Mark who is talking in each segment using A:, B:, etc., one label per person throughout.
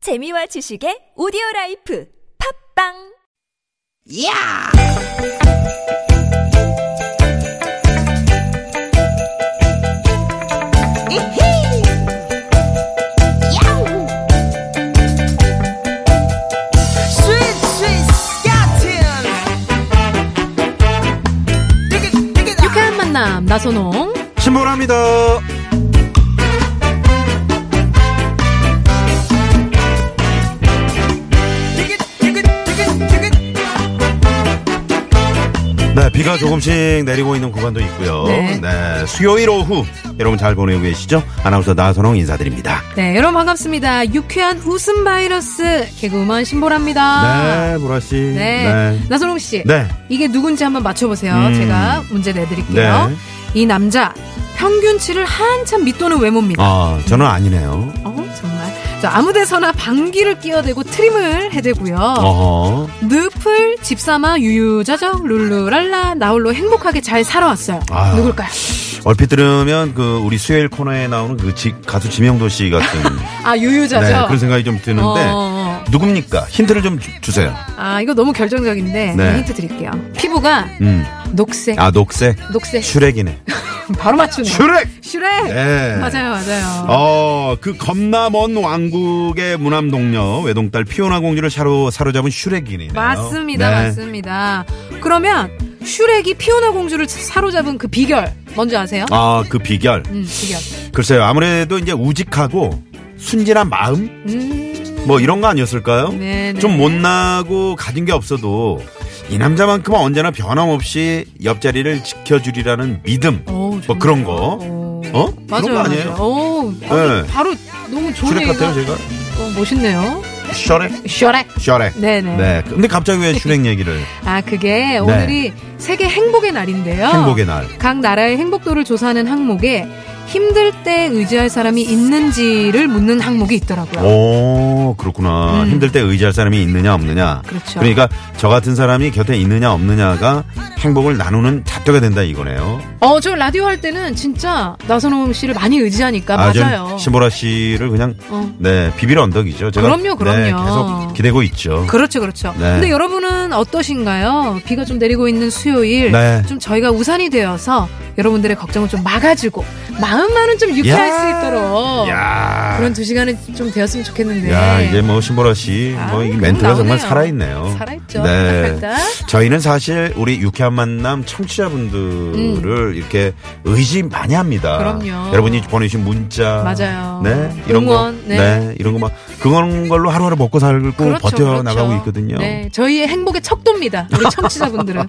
A: 재미와 지식의 오디오 라이프 팝빵
B: 야! 이히! 야우! 스윗, 스윗, 스카틴! 디귿, 디귿, 아!
C: 유쾌한 만남 나선홍
D: 신보라입니다.
B: 디귿, 디귿, 디귿, 디귿.
D: 네, 비가 조금씩 내리고 있는 구간도 있고요.
C: 네.
D: 네. 수요일 오후 여러분 잘 보내고 계시죠? 아나운서 나선홍 인사드립니다.
C: 네 여러분 반갑습니다 유쾌한 웃음 바이러스 개그우먼 신보라입니다
D: 네, 보라 씨.
C: 아. 네. 나선홍 씨
D: 네.
C: 이게 누군지 한번 맞춰보세요
D: 음.
C: 제가 문제 내드릴게요
D: 네.
C: 이 남자 평균치를 한참 밑도는 외모입니다
D: 아, 저는 아니네요.
C: 어 정말 저 아무데서나 방귀를 끼어대고 트림을 해대고요
D: 어허.
C: 늪을 집삼아 유유자적 룰루랄라 나홀로 행복하게 잘 살아왔어요
D: 아.
C: 누굴까요
D: 얼핏 들으면 그 우리 수요일 코너에 나오는 그 지- 가수 지명도 씨 같은
C: 아 유유자적
D: 네, 그런 생각이 좀 드는데
C: 어.
D: 누굽니까? 힌트를 좀 주, 주세요.
C: 아 이거 너무 결정적인데
D: 네.
C: 힌트 드릴게요. 피부가
D: 음.
C: 녹색,
D: 아, 녹색.
C: 녹색
D: 슈렉이네.
C: 바로 맞추네.
D: 슈렉.
C: 슈렉.
D: 네.
C: 맞아요, 맞아요.
D: 어, 그 겁나 먼 왕국의 무남 동료 외동딸 피오나 공주를 사로 사로잡은 슈렉이네요.
C: 맞습니다,
D: 네.
C: 맞습니다. 그러면 슈렉이 피오나 공주를 사로잡은 그 비결 뭔지 아세요?
D: 아, 그 비결.
C: 음, 비결.
D: 글쎄요. 아무래도 이제 우직하고 순진한 마음
C: 음,
D: 뭐 이런 거 아니었을까요?
C: 네, 네.
D: 좀 못나고 가진 게 없어도 이 남자만큼은 언제나 변함없이 옆자리를 지켜주리라는 믿음.
C: 오,
D: 뭐
C: 좋네요.
D: 그런 거.
C: 오.
D: 어?
C: 맞아요,
D: 그런 거 아니에요?
C: 맞아요. 오,
D: 네.
C: 바로 너무 좋은
D: 슈렉
C: 얘기가
D: 같아요, 제가.
C: 어, 멋있네요.
D: 슈렉.
C: 슈렉.
D: 슈렉.
C: 네네.
D: 네. 근데 갑자기 왜 슈렉 얘기를?
C: 아, 그게 오늘이 세계 행복의 날인데요.
D: 행복의 날.
C: 각 나라의 행복도를 조사하는 항목에 힘들 때 의지할 사람이 있는지를 묻는 항목이 있더라고요.
D: 오, 그렇구나.
C: 음.
D: 힘들 때 의지할 사람이 있느냐, 없느냐.
C: 그렇죠.
D: 러니까저 같은 사람이 곁에 있느냐, 없느냐가 행복을 나누는 잣대가 된다 이거네요.
C: 어, 저 라디오 할 때는 진짜 나선홍 씨를 많이 의지하니까 맞아요.
D: 전 신보라 씨를 그냥,
C: 어.
D: 네, 비빌 언덕이죠. 제가.
C: 그럼요, 그럼요.
D: 네, 계속 기대고 있죠.
C: 그렇죠, 그렇죠.
D: 네.
C: 근데 여러분은 어떠신가요? 비가 좀 내리고 있는 수요일.
D: 네.
C: 좀 저희가 우산이 되어서 여러분들의 걱정을 좀 막아주고 마음만은 좀 유쾌할
D: 야.
C: 수 있도록
D: 야
C: 그런 두 시간이 좀 되었으면 좋겠는데.
D: 야, 이제 뭐 신보라 씨,
C: 아,
D: 뭐 이
C: 그럼
D: 멘트가 정말
C: 나오네요.
D: 살아있네요.
C: 살아있죠.
D: 네.
C: 딱
D: 저희는 사실 우리 유쾌한 만남 청취자분들을 이렇게 의지 많이 합니다.
C: 음. 그럼요.
D: 여러분이 보내주신 문자.
C: 맞아요.
D: 네. 이런
C: 응원,
D: 거.
C: 네.
D: 네. 이런 거 막, 그런 걸로 하루하루 먹고 살고 버텨나가고
C: 그렇죠.
D: 있거든요.
C: 네, 저희의 행복의 척도입니다. 우리 청취자분들은.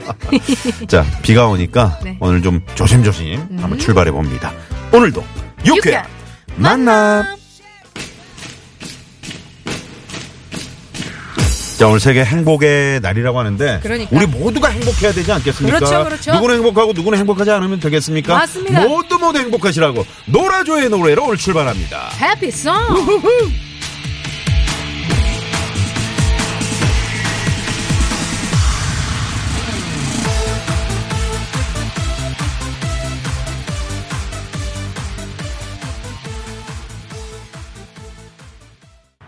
D: 자, 비가 오니까
C: 네. 음.
D: 오늘 좀 조심조심 한번 출발해 봅니다. 오늘도
C: 유쾌
D: 유쾌 만남. 자, 오늘 세계 행복의 날이라고 하는데
C: 그러니까.
D: 우리 모두가 행복해야 되지 않겠습니까?
C: 그렇죠, 그렇죠.
D: 누구는 행복하고 누구는 행복하지 않으면 되겠습니까?
C: 맞습니다.
D: 모두 모두 행복하시라고 노라조의 노래로 오늘 출발합니다.
C: 해피송.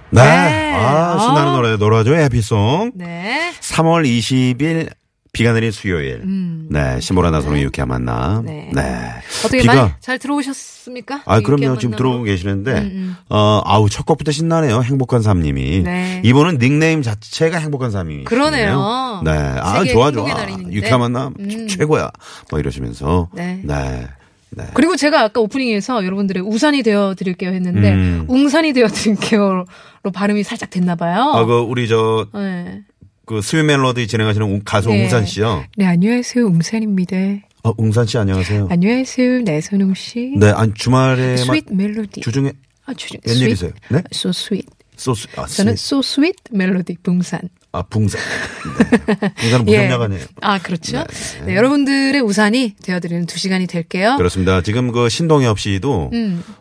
D: 네.
C: 네.
D: 아, 신나는
C: 아.
D: 노래 노라조의 해피송.
C: 네.
D: 3월 20일 비가 내린 수요일.
C: 음.
D: 네, 신보라 나선홍 유쾌한 만남.
C: 네.
D: 네.
C: 어떻게
D: 비가
C: 많이 잘 들어오셨습니까? 네,
D: 아,
C: 이렇게
D: 그럼요. 지금
C: 만나고.
D: 들어오고 계시는데,
C: 음.
D: 어, 아우, 첫 곡부터 신나네요. 행복한 삼님이.
C: 네.
D: 이분은 닉네임 자체가 행복한 삼님이.
C: 그러네요.
D: 네. 아,
C: 세계
D: 좋아,
C: 행복의
D: 좋아.
C: 날인데.
D: 유쾌한 만남
C: 음.
D: 최고야. 뭐 이러시면서.
C: 네.
D: 네. 네.
C: 그리고 제가 아까 오프닝에서 여러분들의 우산이 되어 드릴게요 했는데
D: 음.
C: 웅산이 되어 드릴게요로 발음이 살짝 됐나 봐요.
D: 아, 그, 우리 저,
C: 네.
D: 그 스윗 멜로디 진행하시는 웅- 가수
C: 네.
D: 웅산 씨요.
C: 네, 안녕하세요. 웅산입니다.
D: 어, 웅산 씨 안녕하세요.
C: 안녕하세요. 나선홍 씨.
D: 네, 아니, 주말에만.
C: 스윗 멜로디.
D: 주중에
C: 아, 주중.
D: 웬일이세요? 네?
C: So sweet.
D: 소스, 아,
C: 저는
D: 스윗.
C: So Sweet 멜로디 붕산.
D: 아, 붕사. 네. 붕사는 무협야가네요.
C: 아, 그렇죠. 네, 여러분들의 우산이 되어드리는 음. 두 시간이 될게요.
D: 그렇습니다. 지금 그 신동엽 씨도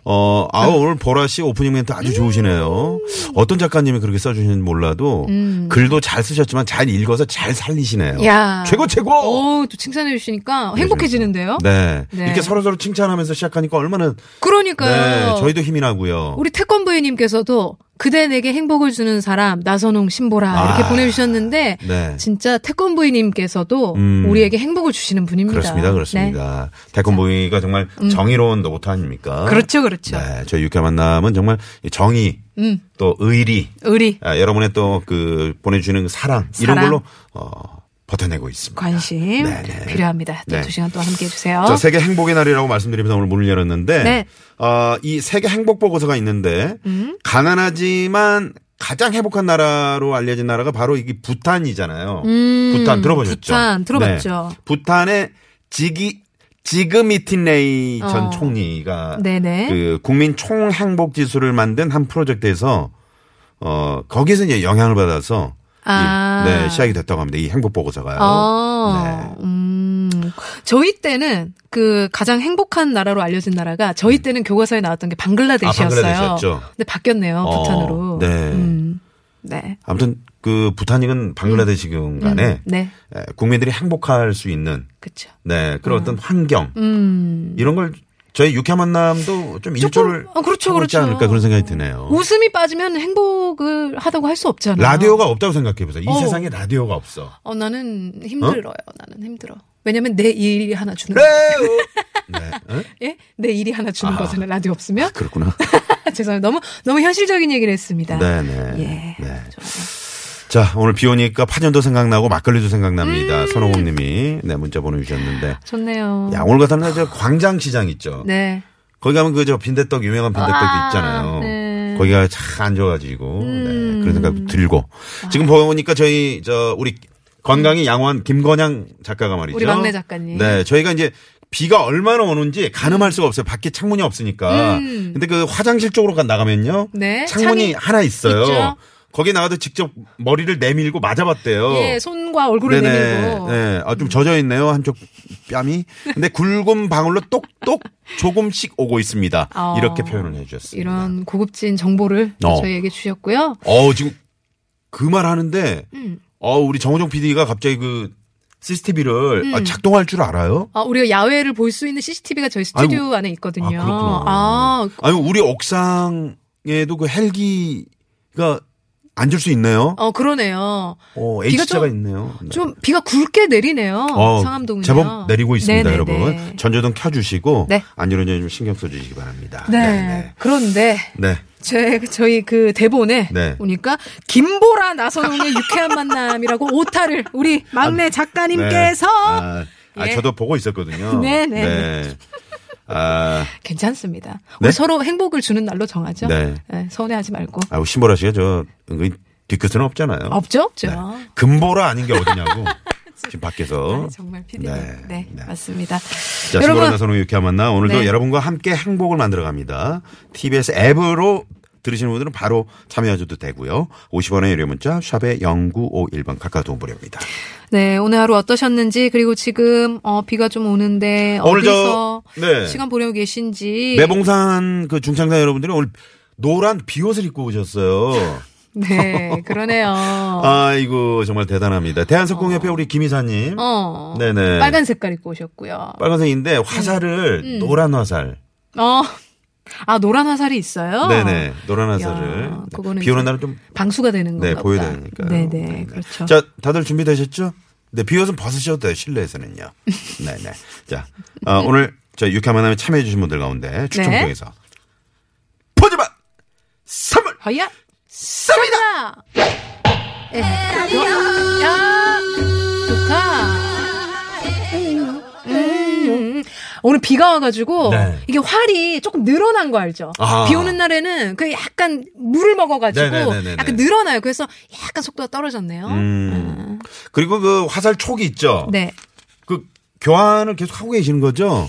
D: 어, 아 오늘 보라 씨 오프닝 멘트 아주 좋으시네요.
C: 음.
D: 어떤 작가님이 그렇게 써주시는지 몰라도 글도 잘 쓰셨지만 잘 읽어서 잘 살리시네요.
C: 야.
D: 최고 최고.
C: 오, 또 칭찬해 주시니까 행복해지는데요.
D: 네.
C: 네.
D: 이렇게 서로 서로 칭찬하면서 시작하니까 얼마나
C: 그러니까요.
D: 네, 저희도 힘이 나고요.
C: 우리 태권부인님께서도 그대 내게 행복을 주는 사람 나선홍 신보라
D: 아.
C: 이렇게 보내주셨는데
D: 네.
C: 진짜 태권부인님께서도
D: 음.
C: 우리에게 행복을 주시는 분입니다. 네.
D: 그렇습니다. 그렇습니다. 태권보이가 정말 정의로운 로봇 아닙니까?
C: 네. 음. 그렇죠, 그렇죠. 음.
D: 네. 저희 육회 만남은 정말 이 정의 또 의리
C: 의리,
D: 아, 여러분의 또 그 보내주시는 사랑, 이런
C: 사랑.
D: 걸로 어, 버텨내고 있습니다.
C: 관심
D: 네, 네.
C: 필요합니다. 또
D: 네.
C: 두 시간 동안 함께해 주세요.
D: 저 세계 행복의 날이라고 말씀드리면서 오늘 문을 열었는데
C: 그렇죠. 네.
D: 어, 이 세계 행복 보고서가 있는데
C: 음.
D: 가난하지만 가장 행복한 나라로 알려진 나라가 바로 이게 부탄이잖아요. 부탄 들어보셨죠?
C: 음, 부탄 들어봤죠.
D: 네. 부탄의 지기 지그미틴레이 전
C: 어.
D: 총리가
C: 네네.
D: 그 국민 총행복 지수를 만든 한 프로젝트에서 어 거기서 이제 영향을 받아서 이-
C: 아.
D: 네, 시작이 됐다고 합니다. 이 행복 보고서가요.
C: 어,
D: 네.
C: 음, 저희 때는 그 가장 행복한 나라로 알려진 나라가 저희 때는 교과서에 나왔던 게 방글라데시였어요.
D: 아, 방글라데시였죠.
C: 근데 바뀌었네요,
D: 어,
C: 부탄으로.
D: 네.
C: 음, 네.
D: 아무튼 그 부탄이건
C: 음.
D: 방글라데시군 간에
C: 네.
D: 에, 국민들이 행복할 수 있는
C: 그쵸.
D: 네 그런 어떤 환경
C: 음.
D: 이런 걸 저희 육회 만남도 좀 일조를
C: 어, 그렇죠,
D: 하고 있지
C: 그렇죠.
D: 않을까 그런 생각이 드네요.
C: 웃음이 빠지면 행복을 하다고 할 수 없잖아요.
D: 어. 라디오가 없다고 생각해 보세요. 이
C: 어.
D: 세상에 라디오가 없어.
C: 어, 나는 힘들어요. 나는 힘들어. 왜냐면 내 일이 하나 주는 거.
D: 레오. 네. 응?
C: 예? 내 일이 하나 주는
D: 아.
C: 거잖아요. 라디오 없으면.
D: 그렇구나.
C: 죄송해요. 너무 너무 현실적인 얘기를 했습니다.
D: 네네.
C: 예.
D: 네. 자, 오늘 비 오니까 파전도 생각나고 막걸리도 생각납니다.
C: 음.
D: 선호공 님이 네, 문자 보내주셨는데.
C: 좋네요.
D: 야, 오늘 같은 날 저 광장시장 있죠.
C: 네.
D: 거기 가면 그 저 빈대떡 유명한 빈대떡이
C: 아,
D: 있잖아요.
C: 네. 음.
D: 거기가 참안 좋아가지고 네, 그런 생각 들고 지금 보니까 저희 저 우리 건강이 양호한 김건양 작가가 말이죠.
C: 우리 막내 작가님.
D: 네, 저희가 이제 비가 얼마나 오는지 가늠할 수가 없어요. 밖에 창문이 없으니까. 근데 그 화장실 쪽으로 가- 나가면요.
C: 음. 네, 창이
D: 창문이 하나 있어요.
C: 있죠.
D: 거기 나가서 직접 머리를 내밀고 맞아봤대요.
C: 예, 손과 얼굴을 내밀고.
D: 어. 네. 아, 좀 젖어 있네요. 한쪽 뺨이. 근데 굵은 방울로 똑똑 조금씩 오고 있습니다.
C: 어.
D: 이렇게 표현을 해 주셨습니다.
C: 이런 고급진 정보를
D: 어.
C: 저희에게 주셨고요.
D: 어, 지금 그 말 하는데
C: 음.
D: 어, 우리 정호정 PD가 갑자기 그 CCTV를 아,
C: 음.
D: 작동할 줄 알아요?
C: 아, 우리가 야외를 볼 수 있는 CCTV가 저희 스튜디오
D: 아이고.
C: 안에 있거든요.
D: 아, 그렇구나.
C: 아,
D: 아니, 우리 옥상에도 그 헬기가 앉을 수 있네요.
C: 어, 그러네요.
D: 어,
C: 비가
D: H자가
C: 좀-
D: 있네요. 네.
C: 좀 비가 굵게 내리네요.
D: 어,
C: 상암동은요.
D: 제법 내리고 있습니다,
C: 네네네.
D: 여러분. 전조등 켜주시고
C: 네.
D: 안전운전 좀 신경 써주시기 바랍니다.
C: 네.
D: 네,
C: 그런데
D: 네. 네.
C: 제 저희 그 대본에
D: 네.
C: 보니까 김보라 나선홍의 유쾌한 만남이라고 오타를 우리 막내 작가님께서
D: 아, 아,
C: 예.
D: 저도 보고 있었거든요.
C: 네, 네,
D: 네. 아,
C: 괜찮습니다.
D: 네?
C: 우리 서로 행복을 주는 날로 정하죠.
D: 네.
C: 예, 서운해하지 말고.
D: 아, 신보라 씨가 저 은근히 뒤끝은 없잖아요.
C: 없죠,
D: 네.
C: 없죠.
D: 금보라 아닌 게 어디냐고. 지금 밖에서.
C: 아, 정말 피디님.
D: 네,
C: 네,
D: 네.
C: 맞습니다.
D: 자, 신보라
C: 여러분,
D: 나선홍 유쾌한 만나 오늘도
C: 네.
D: 여러분과 함께 행복을 만들어 갑니다. TBS 앱으로 들으시는 분들은 바로 참여하셔도 되고요. 50원의 유료 문자 샵에 0951번 카카오톡 무료입니다.
C: 네, 오늘 하루 어떠셨는지 그리고 지금 어, 비가 좀 오는데
D: 오늘
C: 어디서
D: 저- 네.
C: 시간 보내고 계신지
D: 매봉산 그 중창단 여러분들이 오늘 노란 비옷을 입고 오셨어요.
C: 네, 그러네요. 어.
D: 아이고 정말 대단합니다. 대한석공협회 우리 김 이사님.
C: 어.
D: 네네.
C: 빨간 색깔 입고 오셨고요.
D: 빨간색인데 화살을
C: 음.
D: 노란 화살.
C: 어. 아, 노란 화살이 있어요?
D: 네네. 노란 화살을.
C: 야,
D: 네.
C: 그거는
D: 비 오는
C: 이제
D: 날은 좀
C: 방수가 되는
D: 네,
C: 건가
D: 보여야
C: 보다.
D: 되니까.
C: 네, 네. 그렇죠.
D: 자, 다들 준비되셨죠? 네, 비 옷은 벗으셔도 돼요. 실내에서는요. 네네. 자, 어, 오늘 저 유쾌한 만남에 참여해주신 분들 가운데 추첨
C: 네.
D: 통해서 포즈만 선물
C: 허야.
D: 쏩니다!
C: 야. 에. 야. 좋다. 음. 오늘 비가 와가지고
D: 네.
C: 이게 활이 조금 늘어난 거 알죠?
D: 아.
C: 비 오는 날에는 그 약간 물을 먹어가지고
D: 네네네네네.
C: 약간 늘어나요. 그래서 약간 속도가 떨어졌네요.
D: 음. 그리고 그 화살 촉이 있죠?
C: 네.
D: 그 교환을 계속 하고 계시는 거죠?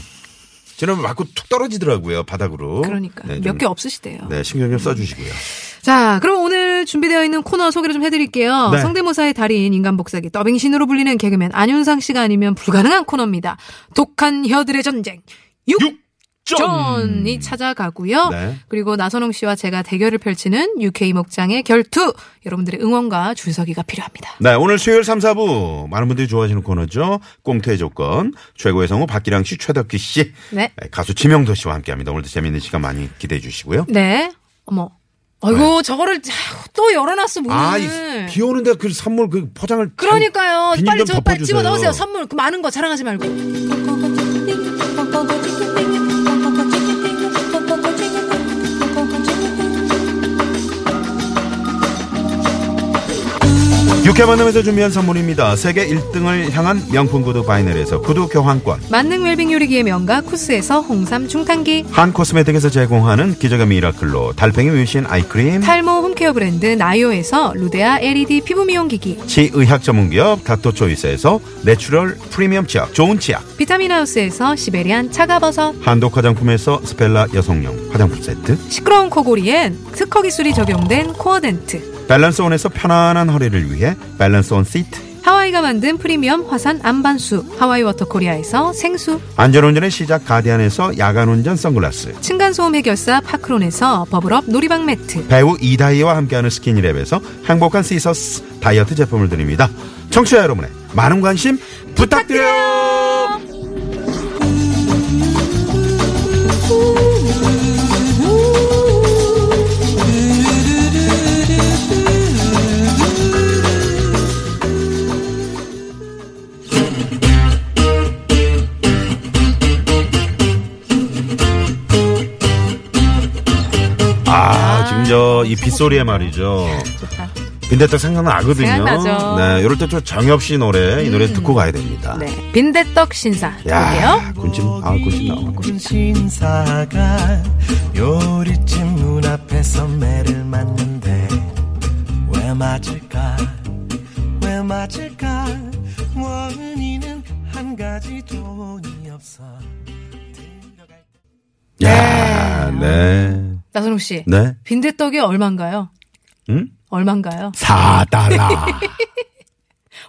D: 지난번 맞고 툭 떨어지더라고요. 바닥으로.
C: 그러니까
D: 네,
C: 몇
D: 좀-
C: 개 없으시대요.
D: 네, 신경 좀 써주시고요.
C: 자, 그럼 오늘 준비되어 있는 코너 소개를 좀 해드릴게요.
D: 네.
C: 성대모사의 달인 인간복사기 더빙신으로 불리는 개그맨 안윤상 씨가 아니면 불가능한 코너입니다. 독한 혀들의 전쟁
D: 육 전.
C: 육전이 찾아가고요.
D: 네.
C: 그리고 나선홍 씨와 제가 대결을 펼치는 UK 목장의 결투 여러분들의 응원과 줄서기가 필요합니다.
D: 네, 오늘 수요일 3, 4부 많은 분들이 좋아하시는 코너죠. 꽁트의 조건 최고의 성우 박기량 씨, 최덕기 씨,
C: 네.
D: 네, 가수 지명도 씨와 함께합니다. 오늘도 재미있는 시간 많이 기대해 주시고요.
C: 네. 어머. 아이고 저거를 아유, 또 열어놨어 문을.
D: 네. 아, 이- 비 오는데 그 선물 그 포장을
C: 그러니까요.
D: 잘- 비닐
C: 빨리
D: 좀
C: 저 빨리
D: 덮어주세요.
C: 집어 넣으세요. 선물 그 많은 거 자랑하지 말고.
D: 육회 만남에서 준비한 선물입니다. 세계 1등을 향한 명품 구두 바이널에서 구두 교환권.
C: 만능 웰빙 요리기의 명가 쿠스에서 홍삼 중탕기
D: 한 코스메틱에서 제공하는 기적의 미라클로 달팽이 뮤신 아이크림.
C: 탈모 홈케어 브랜드 나요에서 루데아 LED 피부 미용 기기
D: 치의학 전문기업 닥터초이스에서 내추럴 프리미엄 치약 좋은 치약
C: 비타민 하우스에서 시베리안 차가버섯
D: 한독 화장품에서 스펠라 여성용 화장품 세트
C: 시끄러운 코골이엔 특허 기술이 적용된 코어 덴트
D: 밸런스온에서 편안한 허리를 위해 밸런스온 시트
C: 하와이가 만든 프리미엄 화산 안반수 하와이 워터 코리아에서 생수
D: 안전운전의 시작 가디안에서 야간운전 선글라스
C: 층간소음 해결사 파크론에서 버블업 놀이방 매트
D: 배우 이다희와 함께하는 스키니랩에서 행복한 시서스 다이어트 제품을 드립니다 청취자 여러분의 많은 관심 부탁드려요 아 지금 저 이 빗소리에 말이죠
C: 좋다
D: 빈대떡 생각나거든요
C: 생각나죠.
D: 네 이럴 때저 정엽 씨 노래 이 노래 듣고 가야 됩니다
C: 네 빈대떡 신사 볼게요
D: 야 군침 아 군침 나오네
E: 신사가 요리집 눈앞에서 매를 맞는데 왜 맞을까 왜 맞을까 원인은 한 가지 돈이 없어 들어갈
D: 야, 네.
C: 나선홍 씨
D: 네.
C: 빈대떡이 얼만가요?
D: 응?
C: 얼만가요?
D: 4달러.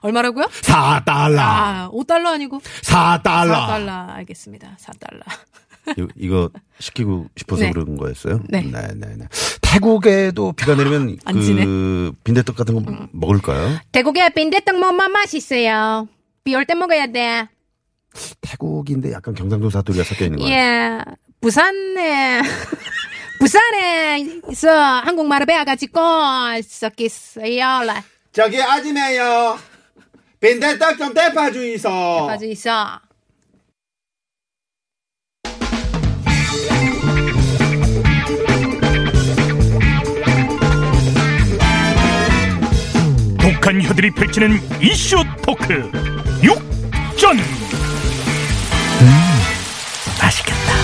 C: 얼마라고요?
D: 4달러.
C: 아 5달러 아니고
D: 4달러.
C: 4달러 알겠습니다 4달러
D: 이거 시키고 싶어서
C: 네.
D: 그런 거였어요?
C: 네.
D: 네, 네, 네. 태국에도 비가 내리면
C: 안
D: 그
C: 지네. 음.
D: 빈대떡 같은 거 먹을까요?
C: 태국의 빈대떡 먹으면 뭐, 맛있어요. 비 올 때 먹어야 돼.
D: 태국인데 약간 경상도 사투리가 섞여 있는 거예요.
C: 예. 부산에, 부산에 있어. 한국말을 배워가지고, 섞였어요.
F: 저기 아줌마요. 빈대떡 좀 대파주이소.
C: 가지 있어.
G: 독한 혀들이 펼치는 이슈 토크 육전 맛있겠다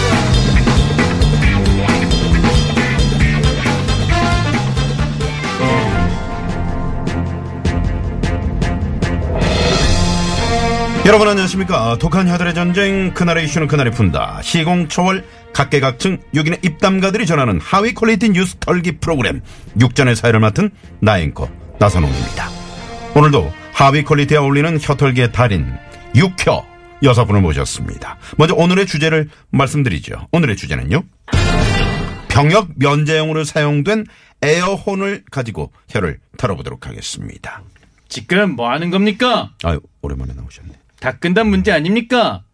D: 여러분 안녕하십니까. 독한 혀들의 전쟁, 그날의 이슈는 그날이 푼다. 시공, 초월, 각계각층, 유기의 입담가들이 전하는 하위 퀄리티 뉴스 털기 프로그램, 육전의 사회를 맡은 나인코, 나선홍입니다. 오늘도 하위 퀄리티에 어울리는 혀털기의 달인, 육혀, 여섯 분을 모셨습니다. 먼저 오늘의 주제를 말씀드리죠. 오늘의 주제는요. 병역 면제용으로 사용된 에어혼을 가지고 혀를 털어보도록 하겠습니다.
H: 지금 뭐 하는 겁니까?
D: 아유, 오랜만에 나오셨네.
H: 다 끝난 문제 아닙니까?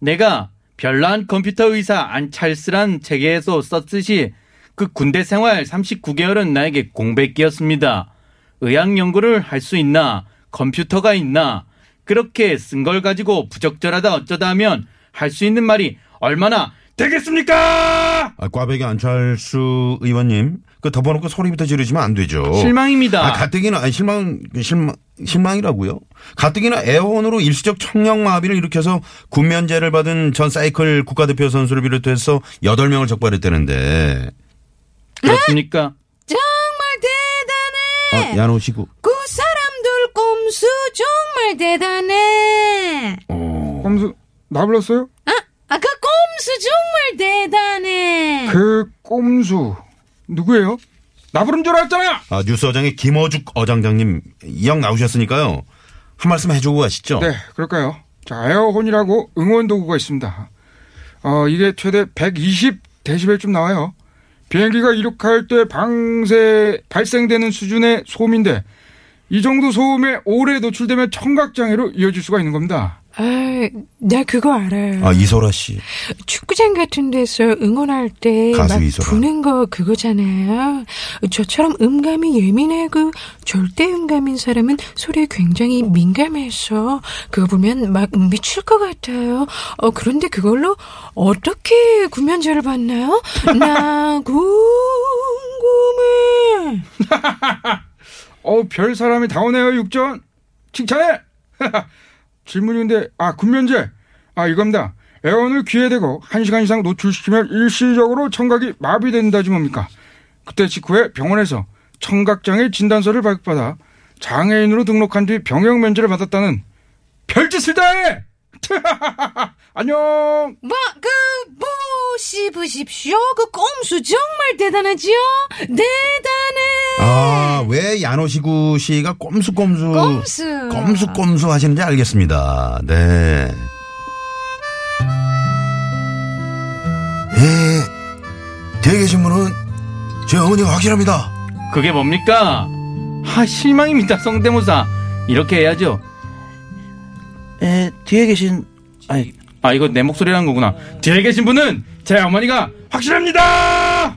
H: 내가 별난 컴퓨터 의사 안찰스란 책에서 썼듯이 그 군대 생활 39개월은 나에게 공백기였습니다. 의학 연구를 할 수 있나? 컴퓨터가 있나? 그렇게 쓴 걸 가지고 부적절하다 어쩌다 하면 할 수 있는 말이 얼마나 되겠습니까?
D: 아, 꽈배기 안철수 의원님, 그 덮어놓고 소리부터 지르시면 안 되죠.
H: 실망입니다.
D: 아, 가뜩이나, 아니, 실망, 실망, 실망이라고요? 가뜩이나 애원으로 일시적 청력마비를 일으켜서 군면제를 받은 전 사이클 국가대표 선수를 비롯해서 8명을 적발했다는데.
H: 그렇습니까?
C: 정말 대단해!
H: 네.
D: 아, 야노 시구.
C: 그 사람들 꼼수 정말 대단해! 어?
D: 어.
I: 검수 나 불렀어요?
C: 아, 그 꼼수 정말 대단해!
I: 그 꼼수 누구예요? 나 부른 줄 알았잖아.
D: 아, 뉴스 어장의 김어죽 어장장님 이왕 나오셨으니까요. 한 말씀 해주고 가시죠.
I: 네, 그럴까요? 자, 에어혼이라고 응원 도구가 있습니다. 어, 이게 최대 120데시벨쯤 나와요. 비행기가 이륙할 때 방세, 발생되는 수준의 소음인데, 이 정도 소음에 오래 노출되면 청각장애로 이어질 수가 있는 겁니다.
C: 아, 나 그거 알아요.
D: 아, 이소라 씨.
C: 축구장 같은 데서 응원할 때
D: 가수
C: 막
D: 이소라.
C: 부는 거 그거잖아요. 저처럼 음감이 예민하고 절대 음감인 사람은 소리에 굉장히 민감해서 그거 보면 막 미칠 것 같아요. 어, 그런데 그걸로 어떻게 구면제를 받나요? 나 궁금해.
I: 어우, 별 사람이 다오네요, 육전. 칭찬해! 질문인데, 아, 군면제. 아, 이겁니다. 에어온을 귀에 대고 1시간 이상 노출시키면 일시적으로 청각이 마비된다지 뭡니까? 그때 직후에 병원에서 청각장애 진단서를 발급받아 장애인으로 등록한 뒤 병역 면제를 받았다는 별짓을 다해! 안녕!
C: 와 그 보시 보십시오. 그 꼼수 정말 대단하지요. 대단해.
D: 아, 왜 야노시구 씨가 꼼수꼼수.
C: 꼼수.
D: 꼼수꼼수 하시는지 알겠습니다. 네. 예, 뒤에 계신 분은 제 어머니가 확실합니다.
H: 그게 뭡니까? 아 실망입니다 성대모사 이렇게 해야죠. 에 뒤에 계신 아, 아 이거 내 목소리라는 거구나. 뒤에 계신 분은 제 어머니가 확실합니다.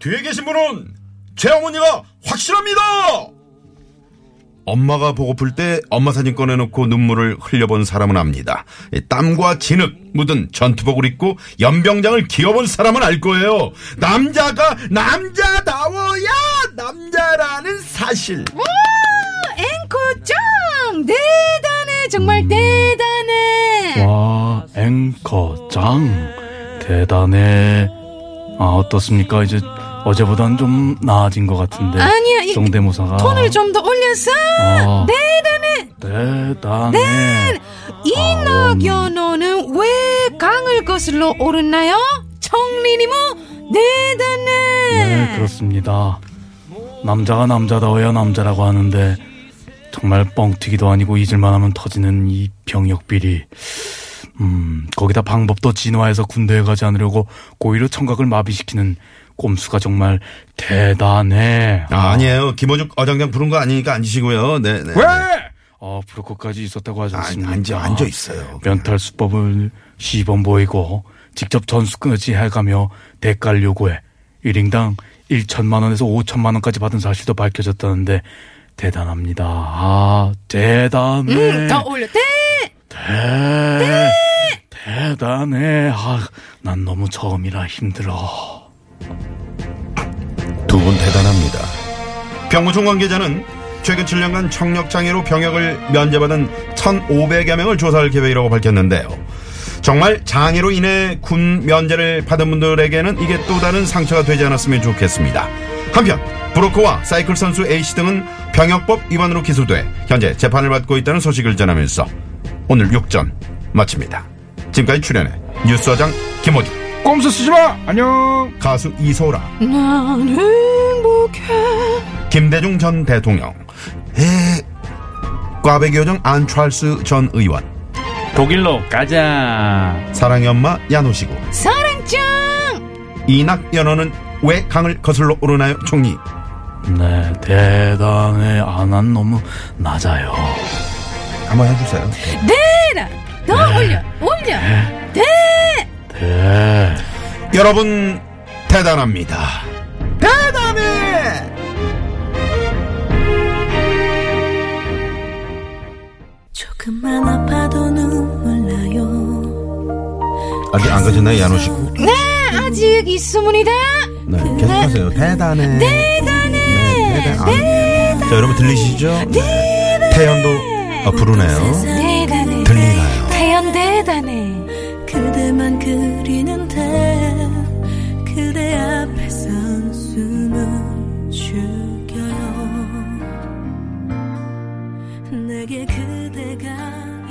D: 뒤에 계신 분은 제 어머니가 확실합니다! 엄마가 보고플 때 엄마 사진 꺼내놓고 눈물을 흘려본 사람은 압니다. 이 땀과 진흙 묻은 전투복을 입고 연병장을 기어본 사람은 알 거예요. 남자가 남자다워야 남자라는 사실.
C: 앵코짱 대단해 정말 대단해
H: 와 앵커 장 대단해. 아 어떻습니까? 이제 어제보단 좀 나아진 것 같은데.
C: 아니야, 이-
H: 성대모사가
C: 톤을 좀 더 올려서
H: 아.
C: 대단해
H: 대단해.
C: 네.
H: 아.
C: 이낙연호는 왜 강을 거슬러 오르나요? 뭐? 청리니모
H: 네,
C: 대단해
H: 그렇습니다. 남자가 남자다워야 남자라고 하는데 정말 뻥튀기도 아니고 잊을만 하면 터지는 이 병역 비리. 음, 거기다 방법도 진화해서 군대에 가지 않으려고 고의로 청각을 마비시키는 꼼수가 정말 대단해.
D: 아, 아니에요. 김호중 어장장 부른 거 아니니까 앉으시고요. 네, 네.
I: 왜?
H: 아, 브로커까지 있었다고
D: 아,
H: 하셨습니다.
D: 앉아, 앉아 있어요.
H: 면탈 수법을 시범 보이고 직접 전수까지 해가며 대가를 요구해 1인당 1천만 원에서 5천만 원까지 받은 사실도 밝혀졌다는데 대단합니다. 아 대단해.
C: 음, 더 올려 대
H: 대, 대단해. 아, 난 너무 처음이라 힘들어.
D: 두 분 대단합니다. 병무청 관계자는 최근 7년간 청력장애로 병역을 면제받은 1,500여 명을 조사할 계획이라고 밝혔는데요. 정말 장애로 인해 군 면제를 받은 분들에게는 이게 또 다른 상처가 되지 않았으면 좋겠습니다. 한편 브로커와 사이클 선수 A씨 등은 병역법 위반으로 기소돼 현재 재판을 받고 있다는 소식을 전하면서 오늘 6전 마칩니다. 지금까지 출연해 뉴스화장 김호중,
I: 꼼수 쓰지 마! 안녕!
D: 가수 이소라,
C: 난 행복해
D: 김대중 전 대통령, 에, 꽈배기요정 안철수 전 의원,
H: 독일로 가자.
D: 사랑의 엄마 야노시고,
C: 사랑짱
D: 이낙연어는 왜 강을 거슬러 오르나요 총리,
H: 네, 대단해. 아, 난 너무 낮아요.
D: 한번 해주세요.
C: 대라 더
H: 네.
C: 올려 올려
H: 대.
D: 여러분 대단합니다.
J: 조금만 아파도 눈물 나요.
D: 아직 안 가셨나요 야노시고?
C: 네 아직 있습니다
D: 네, 계속하세요. 대단해.
J: 네.
D: 대단해. 아, 자 여러분 들리시죠? 네. 태연도 아, 부르네요.
C: 대단해
D: 들리나요?
C: 태연 대단해
J: 그대만 그리는데 그대 앞에선 숨을 죽여요. 내게 그대가